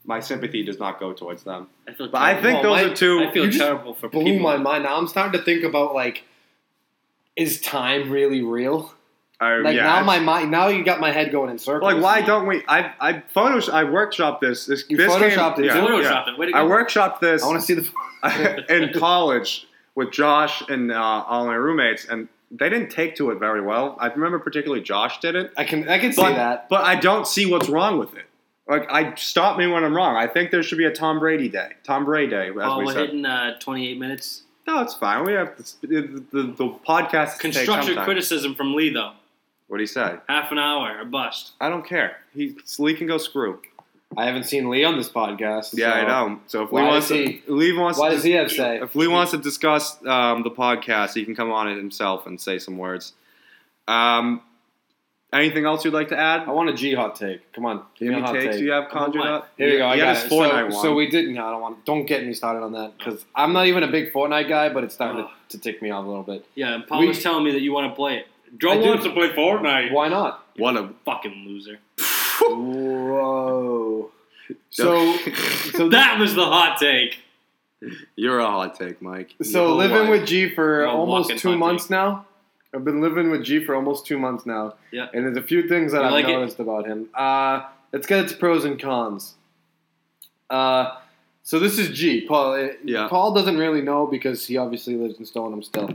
B: My sympathy does not go towards them.
C: I feel.
B: But I
C: terrible.
B: think
A: Well,
B: those
A: my-
B: are two.
C: I feel
A: You just
C: terrible for
A: Blew
C: people.
A: my mind. Now I'm starting to think about, like, is time really real?
B: are-
A: Like,
B: Oh, yeah,
A: now
B: it's-
A: my mind, now you got my head going in circles.
B: Like, why don't we? I I photosh I workshopped this. This,
A: You
B: this
A: photoshopped
B: came-
A: it.
C: You
B: yeah,
C: Photoshopped
B: yeah.
C: it. Way to
B: I
C: go.
B: workshopped this
A: I want to see the.
B: in college with Josh and uh, all my roommates, and they didn't take to it very well. I remember particularly Josh did it,
A: I can, I can see
B: but
A: that.
B: but I don't see what's wrong with it. Like, I stop me when I'm wrong. I think there should be a Tom Brady day, Tom Brady day, as
C: Oh,
B: we
C: we're
B: said.
C: hitting uh, 28 minutes.
B: No, it's fine. We have the the, the, the podcast. to take
C: Constructive
B: sometime.
C: criticism from Lee though.
B: What do you say?
C: Half an hour or bust.
B: I don't care. He Lee can go screw.
A: I haven't seen Lee on this podcast.
B: Yeah,
A: so-
B: I know. So if Lee
A: Why
B: wants,
A: does he-
B: to, Lee wants,
A: Why
B: to,
A: does he have say?
B: if Lee wants to discuss um, the podcast, he can come on it himself and say some words. Um, anything else you'd like to add?
A: I want a G hot take. Come on, give me
B: Any
A: a hot
B: takes
A: take.
B: you have conjured
C: want-
B: up?
A: Here we go. I
B: He had
A: got
B: his
A: it.
B: Fortnite
A: so,
B: one.
A: so we didn't. No, I don't want. Don't get me started on that because I'm not even a big Fortnite guy, but it's starting
C: Oh.
A: to, to tick me off a little bit.
C: Yeah, and Paul
A: We-
C: was telling me that you want to play it.
A: I
C: Joe
A: do.
C: wants to play Fortnite.
A: Why not?
B: what a
C: Fucking loser.
A: Whoa. So, so
C: That was the hot take.
B: you're a hot take, Mike.
A: so
B: You're
A: living
B: right.
A: with G for
C: I'm a
A: almost
C: walking
A: two
C: hot take.
A: months now. I've been living with G for almost two months now.
C: Yeah.
A: And there's a few things that
C: You
A: I've
C: like it?
A: noticed about him. Uh, let's get its pros and cons. Uh, so this is G. Paul. uh,
B: Yeah.
A: Paul doesn't really know because he obviously lives in Stoneham still.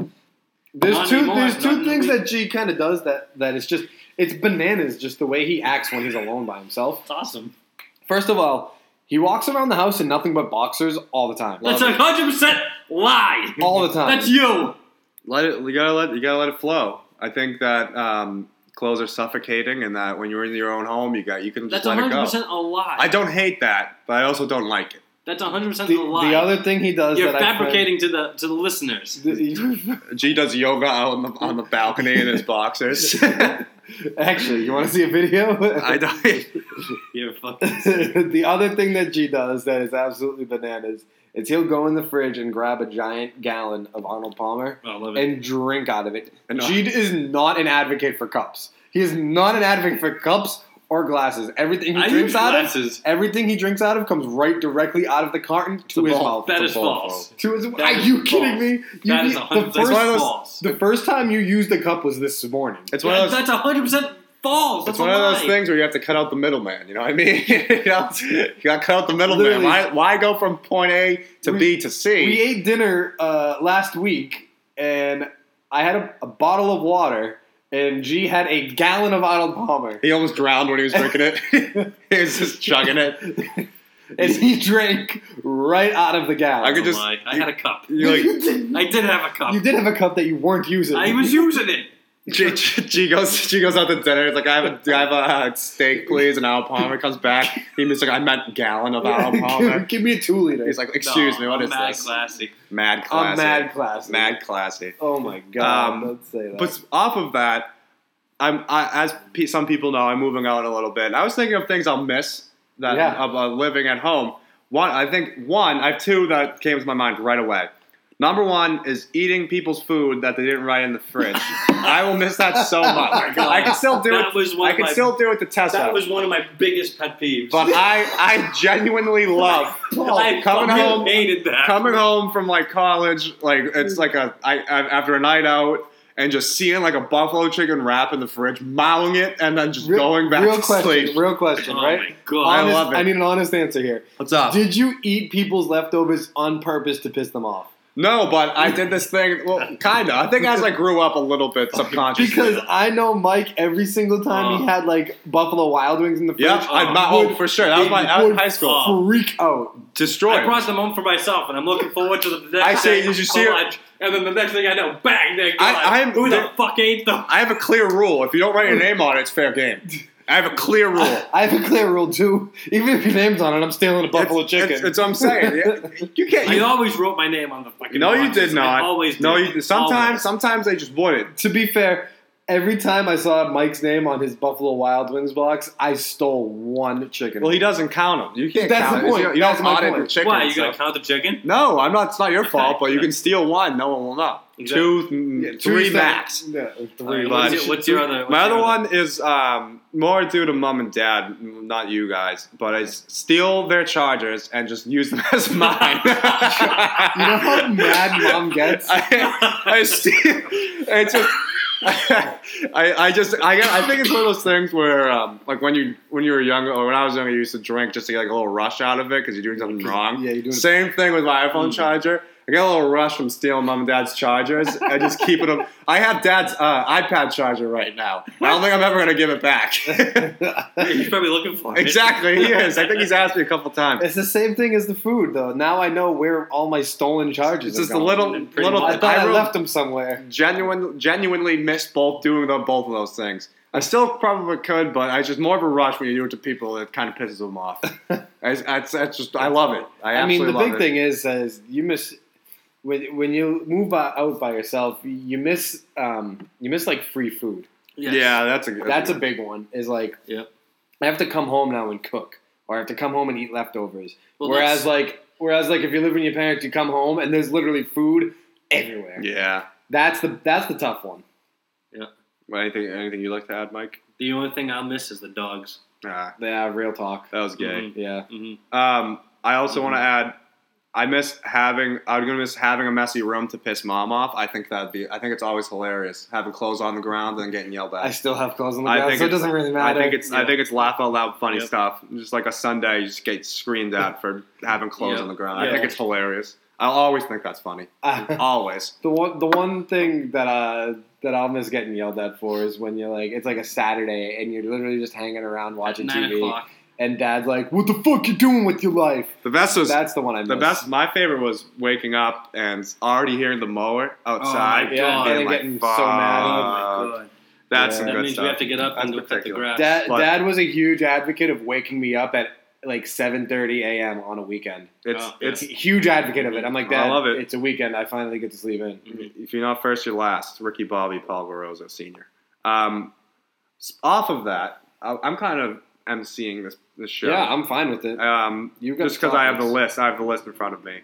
A: There's
C: Not
A: two.
C: anymore.
A: There's two
C: Not in
A: things
C: the-
A: that G kind of does that that is just it's bananas just the way he acts when he's alone by himself.
C: It's awesome.
A: First of all, He walks around the house in nothing but boxers all the time.
C: That's a hundred percent lie.
A: all the time.
C: That's you.
B: Let it. You gotta let. You gotta let it flow. I think that um, clothes are suffocating, and that when you're in your own home, you got you can just
C: That's a
B: let it
C: hundred
B: go.
C: percent a lie.
B: I don't hate that, but I also don't like it.
C: That's a hundred percent
A: the,
C: a lie.
A: the other thing he does
C: You're
A: that I find-
C: fabricating to the to the listeners.
B: G does yoga out on the on the balcony in his boxers.
A: Actually, you want to see a video?
B: I don't.
C: You're fucking.
A: the other thing that G does that is absolutely bananas is he'll go in the fridge and grab a giant gallon of Arnold Palmer
B: Oh,
C: I love it.
A: and drink out of it.
B: And-
A: G is not an advocate for cups. He is not an advocate for cups or glasses. Everything he
C: I use
A: drinks out of,
C: glasses.
A: everything he drinks out of comes right directly out of the carton to his
B: ball.
A: mouth.
C: That is
B: Football
C: false.
A: To his,
C: That
A: are
C: is
A: you kidding
C: false.
A: me? You
C: That is
A: need-
C: a
A: the
C: hundred
A: first
B: one of those-
C: false.
A: the first time you used a cup was this morning.
B: It's one
C: Yeah,
B: of those.
C: That's a hundred percent false.
B: It's
C: That's
B: one
C: a
B: of those
C: lie.
B: things where you have to cut out the middleman. You know what I mean? you, know, you got to cut out the middleman.
A: Literally.
B: Why, why go from point A to
A: We-
B: B to C?
A: We ate dinner uh, last week, and I had a, a bottle of water, and G had a gallon of Arnold Palmer,
B: he almost drowned when he was drinking it. he was just chugging it.
A: and he drank right out of the gallon.
B: I
C: That's
B: could
C: a
B: just-
C: lie. I had a cup.
B: You like
A: you, did,
C: I did have a cup.
A: you did have a cup that you weren't using.
C: I was using it.
B: G, G, G goes G goes out to dinner. It's like I have a I have a uh, steak, please, and Al Palmer comes back. He's like I meant gallon of Al Palmer.
A: give, give me a two liter.
B: He's like, excuse
C: No,
B: me, what
C: I'm
B: is
C: mad
B: this?
C: Classy.
B: Mad classy.
A: I'm mad classy.
B: Mad classy.
A: Oh my god!
B: Um,
A: don't say that.
B: But off of that, I'm I, as pe- some people know, I'm moving out a little bit. I was thinking of things I'll miss that
A: Yeah.
B: of uh, living at home. One, I think one, I have two that came to my mind right away. Number one is eating people's food that they didn't write in the fridge. I will miss that so much.
C: Oh God.
B: I can still do
C: That
B: it.
C: was one
B: I
C: of
B: can
C: my-
B: still do it to test
C: That
B: out.
C: was one of my biggest pet peeves.
B: but I, I genuinely love
C: I
B: Oh, coming
C: fucking
B: home
C: hated that.
B: coming home from like college, like it's like a I, I after a night out and just seeing like a buffalo chicken wrap in the fridge, mowing it, and then just
A: real,
B: going back
A: real
B: to
A: question.
B: sleep.
A: Real question,
C: oh
A: right?
C: my god.
B: I
A: Honest-
B: love it.
A: I need an honest answer here.
B: What's up?
A: Did you eat people's leftovers on purpose to piss them off?
B: no, but I did this thing. Well, kind of. I think as I grew up a little bit subconsciously.
A: Because I know Mike, every single time he
C: Oh.
A: had like Buffalo Wild Wings in the fridge,
B: yeah, I my, oh, for sure. That was my that was high school.
C: Oh.
A: freak out.
B: Destroyed.
C: I brought them home for myself, and I'm looking forward to the next
B: I see,
C: day
B: did you
C: for
B: see it?
C: lunch. And then the next thing I know, bang! They're
B: I-
C: gone.
B: I'm-
C: Who the
B: there-
C: fuck ate them?
B: I have a clear rule. If you don't write your name on it, it's fair game. I have a clear rule.
A: I have a clear rule too. Even if your name's on it, I'm stealing a buffalo
B: It's-
A: chicken.
B: It's, it's what I'm saying. You can't.
C: I
B: You,
C: always wrote my name on the fucking.
B: no, you
C: boxes.
B: did not.
C: I always. Did.
B: no, you, sometimes
C: Always.
B: sometimes they just wouldn't.
A: to be fair, every time I saw Mike's name on his Buffalo Wild Wings box, I stole one chicken.
B: Well, he doesn't count them. You can't.
A: That's
B: count
A: the
B: it.
A: point.
B: You don't- You
A: That's
B: don't
A: my
B: audit
A: point.
B: the chicken.
C: Why you gonna
B: so-
C: count the chicken?
B: No, I'm not. It's not your fault, but you can steal one. No one will know.
C: Exactly.
B: Two, mm,
A: Yeah, two
B: three
A: seconds.
B: max. Uh,
A: Yeah,
C: All
A: three.
C: right, what's,
B: but-
C: your, what's your other? what's
B: My
C: your
B: other one is um, more due to mom and dad, m- not you guys, but I s- steal their chargers and just use them as mine.
A: You know how mad mom gets?
B: I, I steal. It's just. I, I just I got, I think it's one of those things where um, like when you when you were younger or when I was younger you used to drink just to get like a little rush out of it because you're doing something wrong.
A: Yeah, you're doing- Mm.
B: Same thing with my iPhone charger. I get a little rush from stealing mom and dad's chargers. I just keep it. up. I have dad's uh, iPad charger right now. I don't think I'm ever gonna give it back.
C: He's probably looking for it.
B: exactly, he is. I think he's asked me a couple times.
A: It's the same thing as the food, though. Now I know where all my stolen charges.
B: It's
A: are
B: just a
A: going.
B: little
C: Pretty
B: little.
A: I thought I
B: wrote-
A: left them somewhere.
B: genuine, genuinely miss both doing the, both of those things. I still probably could, but I just more of a rush when you do it to people. It kind of pisses them off. I, that's, that's just I love it. I,
A: I mean,
B: absolutely
A: the big
B: love it.
A: thing is, is you miss when when you move o- out by yourself, you miss um, you miss like free food.
C: Yes.
B: Yeah, that's a
A: That's a big one. Is like
C: Yep.
A: I have to come home now and cook, or I have to come home and eat leftovers.
C: Well,
A: whereas
C: that's-
A: like whereas like if you live with your parents, you come home and there's literally food everywhere.
B: yeah.
A: That's the that's the tough one.
B: Anything anything you'd like to add, Mike?
C: The only thing I'll miss is the dogs.
B: Ah,
A: Yeah, real talk.
B: that was gay.
C: Mhm.
A: Yeah.
C: Mhm.
B: Um, I also want to add. I miss having. I'm gonna miss having a messy room to piss mom off. I think that'd be. I think it's always hilarious having clothes on the ground and getting yelled at.
A: I still have clothes on the
B: I
A: ground,
B: think
A: so it
B: it's-
A: doesn't really
B: I
A: matter.
B: think it's I
C: Yeah.
B: think it's laugh out loud funny
C: Yep.
B: stuff. Just like a Sunday, you just get screamed at for having clothes
C: Yeah.
B: on the ground. I
C: Yeah.
B: think it's hilarious. I always think that's funny. Always.
A: The one, the one thing that uh, that I'll miss getting yelled at for is when you're like, it's like a Saturday and you're literally just hanging around watching
C: At nine
A: TV,
C: o'clock.
A: and dad's like, "What the fuck you doing with your life?"
B: The best was
A: That's the one I miss.
B: the best. My favorite was waking up and already hearing the mower
C: Oh,
B: outside.
C: my God.
B: being
A: And
B: like,
A: getting so mad.
C: Oh
B: "Fuck."
C: my god.
B: That's
A: Yeah.
B: some
C: That
B: good
C: means
B: stuff.
C: we have to get up
B: That's
C: and go cut the
B: particular.
C: grass. Uh,
A: Dad,
B: But-
A: dad was a huge advocate of waking me up at like 7:30 a.m. on a weekend.
B: It's
C: Oh, yeah.
B: it's
A: Huge advocate of it. I'm like,
B: I
A: Dad,
B: love it.
A: It's a weekend. I finally get to sleep in.
B: if you're not first, you're last. Ricky Bobby Palgarosa Senior. Um, s- off of that, I, I'm kind of emceeing this this show.
A: Yeah, I'm fine with it.
B: um,
A: You got
B: just because I have the
A: topics.
B: list, I have the list in front of me.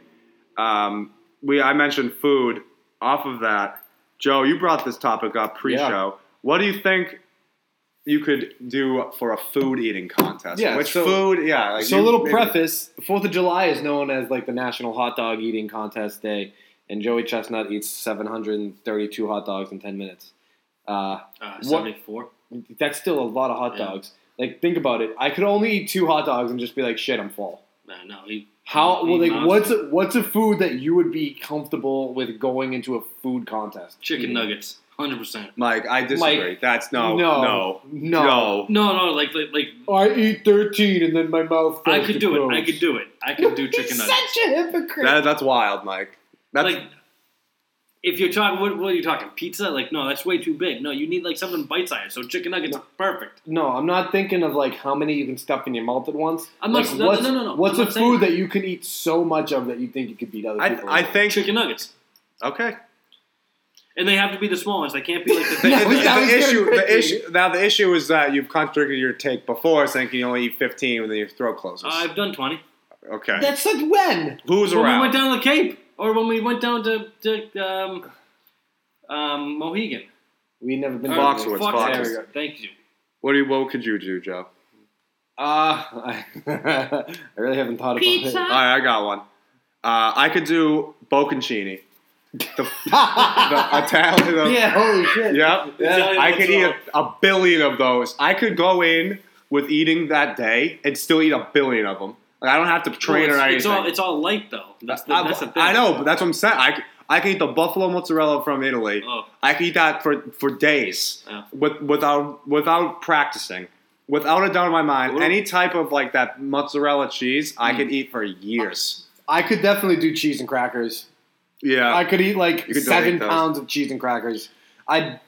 B: Um, we I mentioned food. Off of that, Joe, you brought this topic up pre-show. What do you think you could do for a food eating contest?
A: Yeah,
B: which
A: so-
B: food? Yeah, like
A: so a
B: you
A: little
B: maybe-
A: preface: Fourth of July is known as like the National Hot Dog Eating Contest Day, and Joey Chestnut eats 732 hot dogs in 10 minutes. Uh,
C: uh,
A: What-
C: 74.
A: that's still a lot of hot
C: Yeah.
A: dogs. Like, think about it. I could only eat two hot dogs and just be like, "Shit, I'm full."
C: No, no, he,
A: How
C: he
A: well, like
C: mounts
A: what's
C: it.
A: a, what's a food that you would be comfortable with going into a food contest?
C: chicken
A: Eating?
C: nuggets? Hundred percent.
B: Mike, I disagree. That's no,
A: no,
B: no,
A: no.
C: No, no, like like, like
A: I eat thirteen and then my mouth.
C: I
A: goes to
C: could do it. I
A: gross.
C: could do it. I could do chicken
A: He's
C: nuggets.
A: Such a hypocrite.
B: That, that's wild, Mike. That's
C: like if you're talking, what, what are you talking? Pizza? Like no, that's way too big. No, you need like something bite sized. So chicken nuggets are perfect.
A: no, I'm not thinking of like how many you can stuff in your mouth at once.
C: I'm not-
A: Like,
C: no,
A: what's,
C: no, no, no.
A: What's
C: I'm
A: a
C: not saying-
A: food that you can eat so much of that you think you could beat other
B: I,
A: people?
B: I
A: with?
B: think
C: Chicken nuggets,
B: okay.
C: and they have to be the small ones. They can't be like the
B: The,
A: No,
B: the-
A: it's not-
C: big.
B: the
A: it's
B: issue,
A: getting
B: the
A: tricky.
B: issue. Now the issue is that you've contradicted your take before, saying can you only eat fifteen when your throat closes.
C: Uh, I've done twenty.
B: okay,
A: That's like when.
B: who's
C: When we
B: around?
C: went down to the Cape, or when we went down to, to um, um, Mohegan,
A: We never been
C: Or
B: Foxwoods,
A: Foxwood.
C: Foxwoods.
B: Foxwoods.
A: There we go.
C: Thank you.
B: What do you, what could you do, Joe?
A: Uh, I really haven't thought about
B: All
A: it.
B: right, I got one. Uh, I could do bocconcini. The, the Italian. the-
A: yeah, holy shit.
B: Yep.
A: Yeah.
B: I could eat a, a billion of those. I could go in with eating that day and still eat a billion of them. Like, I don't have to train
C: Well,
B: or
C: it's,
B: anything.
C: it's all it's all light though. That's the,
B: I,
C: that's the thing.
B: I know, but that's what I'm saying. I, c- I can eat the buffalo mozzarella from Italy.
C: Oh.
B: I can eat that for, for days
C: Yeah.
B: with, without without practicing, without a doubt in my mind.
C: Well-
B: Any type of like that mozzarella cheese, I could eat for years.
A: I could definitely do cheese and crackers.
B: Yeah,
A: I could eat like
B: You could
A: seven
B: donate those.
A: pounds of cheese and crackers. I'd
C: I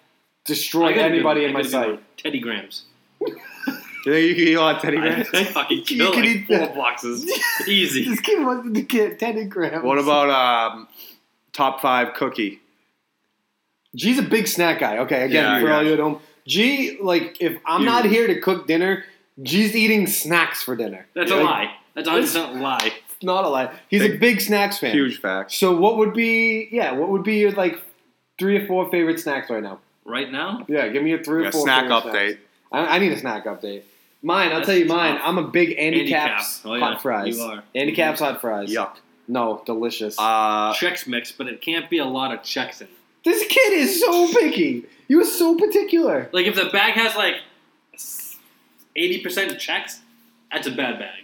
A: destroy
C: gotta do-
A: anybody
C: I
A: in my
C: gotta do
A: sight.
C: Teddy Grahams.
B: you think you could eat a lot of Teddy
C: I,
B: Grahams?
C: I fucking
A: You
C: kill
A: could
C: like
A: eat
C: four
A: that.
C: boxes. Easy.
A: This kid wanted to get ten grams.
B: What about um, top five cookie?
A: G's a big snack guy. Okay, again
B: Yeah,
A: for
B: yeah.
A: all you at home, G like if I'm
B: You-
A: not here to cook dinner, G's eating snacks for dinner.
C: That's
B: Yeah.
C: a lie. That's a hundred percent lie.
A: It's not a lie. He's a
B: Big-
A: big snacks fan.
B: Huge facts.
A: So what would be yeah? What would be your like three or four favorite snacks right now?
C: Right now,
A: Yeah, give me your three
B: Yeah,
A: or four.
B: snack
A: favorite
B: update.
A: snacks. I, I need a snack update. Mine, I'll
C: That's
A: tell you mine.
C: tough.
A: I'm a big Andy
C: Andy
A: Caps
C: Cap. Oh, yeah,
A: hot fries.
C: you are.
A: Andy Caps hot fries.
B: Yuck.
A: No, delicious.
B: Uh,
C: Chex mix, but it can't be a lot of Chex in. it.
A: this kid is so picky. He was so particular.
C: Like if the bag has like eighty percent Chex, that's a bad bag.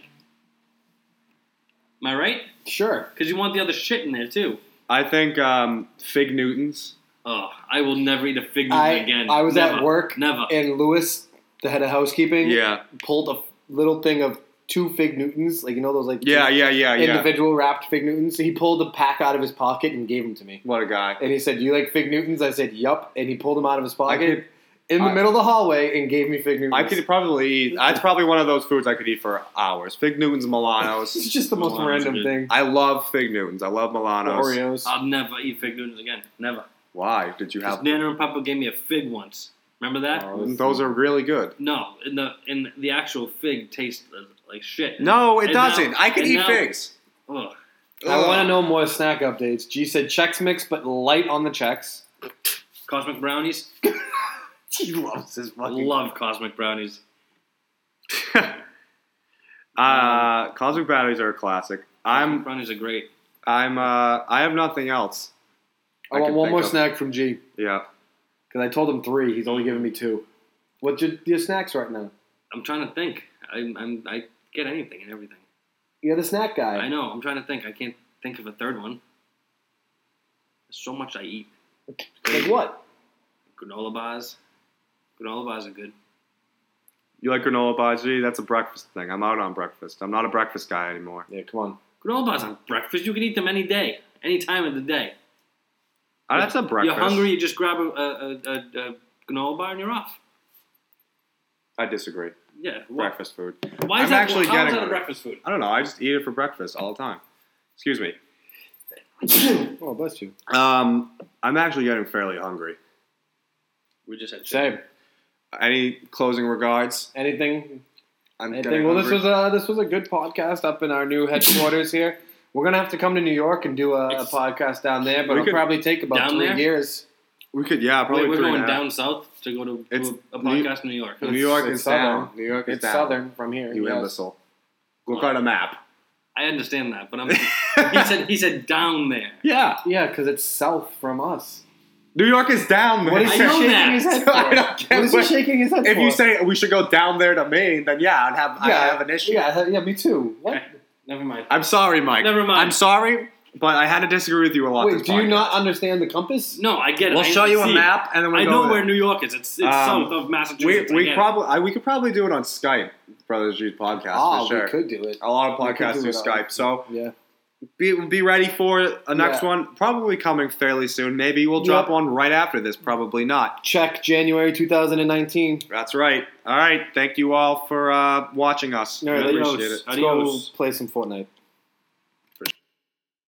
C: Am I right?
A: Sure.
C: Because you want the other shit in there too.
B: I think um, Fig Newtons.
C: Oh, I will never eat a fig Newton
A: I
C: again.
A: I was at
C: Never.
A: work
C: Never.
A: and Lewis, the head of housekeeping,
B: Yeah.
A: pulled a little thing of two fig Newtons, like you know those like
B: Yeah, yeah, yeah, yeah.
A: individual wrapped fig Newtons. He pulled a pack out of his pocket and gave them to me.
B: What a guy.
A: And he said, "You like fig Newtons?" I said, "Yup." And he pulled them out of his pocket in the
B: I-
A: middle of the hallway and gave me fig Newtons.
B: I could probably eat. That's probably one of those foods I could eat for hours. Fig Newtons,
A: It's
B: Milanos.
A: just the most
C: Milanos are
A: random
C: good.
A: thing.
B: I love Fig Newtons. I love Milanos.
C: Oh,
A: Oreos.
C: I'll never eat fig Newtons again. Never.
B: Why did you
C: Because
B: have?
C: Nana and Papa gave me a fig once. Remember that?
B: Those are really good.
C: No, in the in the actual fig tastes like shit.
B: No, it
C: And
B: doesn't.
C: now-
B: I can
C: and
B: eat
C: now-
B: figs.
C: Ugh.
A: I want to know more snack updates. G said Chex Mix, but light on the Chex.
C: Cosmic brownies.
A: He loves his
C: Love cosmic brownies.
B: know. uh, Cosmic Brownies are a classic.
C: Cosmic
B: I'm.
C: brownies are great.
B: I'm. Uh, I have nothing else.
A: I,
B: I
A: want
B: can
A: one
B: think
A: more
B: of-
A: snack from G
B: Yeah.
A: because I told him three. He's only giving me two. What's your, your snacks right now?
C: I'm trying to think. I'm, I'm I get anything and everything.
A: You're the snack guy.
C: I know. I'm trying to think. I can't think of a third one. There's so much I eat.
A: Like what?
C: Granola bars. Granola bars are good.
B: You like granola bars? Gee, that's a breakfast thing. I'm out on breakfast. I'm not a breakfast guy anymore.
A: Yeah, come on.
C: Granola bars on breakfast. You can eat them any day, any time of the day.
B: I Uh, that's a breakfast.
C: You're hungry. You just grab a, a, a, a, a granola bar and you're off.
B: I disagree.
C: Yeah. wha-
B: Breakfast food.
C: Why is
B: I'm
C: that
B: actually
C: how is
B: getting
C: that a
B: it.
C: breakfast food?
B: I don't know. I just eat it for breakfast all the time. Excuse me.
A: Oh, bless you.
B: Um, I'm actually getting fairly hungry.
C: We just had chicken.
A: Same.
B: Any closing regards?
A: Anything?
B: I'm
A: Anything? Well, this was a this was a good podcast up in our new headquarters here. We're gonna have to come to New York and do a, a
C: It's-
A: podcast down there, but
B: We
A: it'll
B: could-
A: probably take about
C: Down
A: three
C: there?
A: years.
B: we could, yeah, probably
C: Wait, we're
B: three and
C: going
B: a half.
C: down south to go to,
B: It's
C: to a
B: New-
C: podcast in New York.
B: New York
A: It's
B: is down.
A: southern.
B: New York is
A: It's
B: down.
A: southern from here.
B: You
A: yes.
B: imbecile. Look on a map.
C: I understand that, but I'm. he said he said down there.
B: Yeah,
A: Yeah, because it's south from us.
B: New York is down. Man.
A: What is
C: I
A: he
C: know
A: shaking
C: that.
A: his head for?
B: I don't care
A: What is he
B: what-
A: shaking his head
B: If
A: for?
B: you say we should go down there to Maine, then yeah, I'd have I have an issue.
A: Yeah, yeah, me too. What?
C: Okay. Never mind.
B: I'm sorry, Mike.
C: Never mind.
B: I'm sorry, but I had to disagree with you a lot.
A: Wait,
B: this
A: do you
B: podcast.
A: not understand the compass?
C: No, I get it.
B: We'll
C: I
B: show you a
C: see it.
B: map, and then we
C: I
B: go
C: know
B: there.
C: where New York is. It's, it's
B: Um,
C: south of
B: we
C: Massachusetts. I
B: we
C: get it.
B: probably I, we could probably do it on Skype, Brothers Jude podcast
A: Ah,
B: for sure.
A: we could do it.
B: A lot of
A: We could
B: podcasts
A: do
B: do,
A: it on-
B: Skype, so
A: Yeah.
B: be be ready for a next
A: Yeah.
B: one. Probably coming fairly soon. Maybe we'll drop
A: Yep.
B: one right after this. Probably not.
A: Check January 2019.
B: That's right. All right. Thank you all for uh, watching us.
A: All right,
B: we
A: let-
B: appreciate it.
A: Let's go
C: Adios.
A: play some Fortnite.